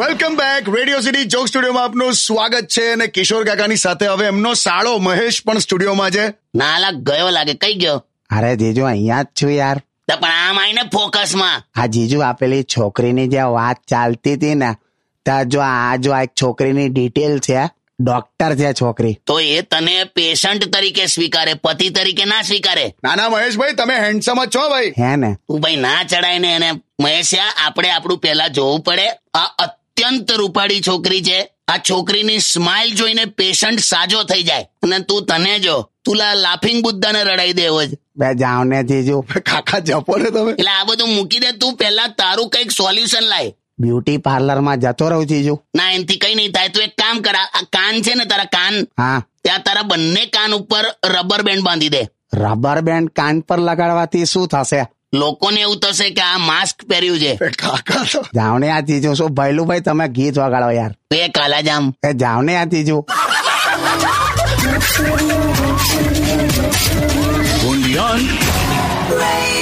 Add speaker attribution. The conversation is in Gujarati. Speaker 1: welcome back radio city joke સ્ટુડિયોમાં આપનું સ્વાગત છે અને કિશોર કાકાની સાથે હવે એમનો સાળો મહેશ પણ સ્ટુડિયોમાં છે
Speaker 2: નાલા ગયો લાગે કઈ ગયો
Speaker 3: અરે જીજુ અહીંયા જ છું યાર
Speaker 2: તો પણ આમ આઈને ફોકસમાં
Speaker 3: આ જીજુ આ પેલી છોકરીની જે વાત ચાલતી હતી ને ત્યાં જો આ જો આ એક છોકરીની ડિટેલ છે ડોક્ટર છે છોકરી
Speaker 2: તો એ તને પેશન્ટ તરીકે સ્વીકારે પતિ તરીકે ના સ્વીકારે
Speaker 1: ના ના મહેશભાઈ તમે હેન્ડસમ જ છો ભાઈ
Speaker 3: હે ને
Speaker 2: તું ભાઈ ના ચડાય ને એને મહેશ્યા આપણે આપણું પહેલા જોવું પડે આ અત્યંત રૂપાળી છોકરી છે આ છોકરીની સ્માઇલ જોઈને પેશન્ટ સાજો થઈ જાય અને તું તને જો તુલા લાફિંગ બુદ્ધાને રડાઈ દેવો જ
Speaker 3: બે જાઓ ને જીજુ
Speaker 1: કાકા જપો ને તમે
Speaker 2: એટલે આ બધું મૂકી દે તું પહેલા તારું કઈક સોલ્યુશન લાય
Speaker 3: બ્યુટી પાર્લરમાં જતો રહું જીજુ
Speaker 2: ના એનથી કઈ નહીં થાય તું એક કામ કરા આ કાન છે ને તારા કાન
Speaker 3: હા
Speaker 2: ત્યાં તારા બંને કાન ઉપર રબર બેન્ડ બાંધી દે
Speaker 3: રબર બેન્ડ કાન પર લગાડવાથી શું થશે
Speaker 2: લોકોને એવું થશે કે આ માસ્ક પહેર્યું છે
Speaker 1: એ કાકા તો
Speaker 3: જાઓ ને આ જીજુ શું ભૈલું ભાઈ તમે ગીત વગાડો યાર
Speaker 2: બે કાલાજામ
Speaker 3: એ જાઓ ને આ જીજુ
Speaker 4: Radio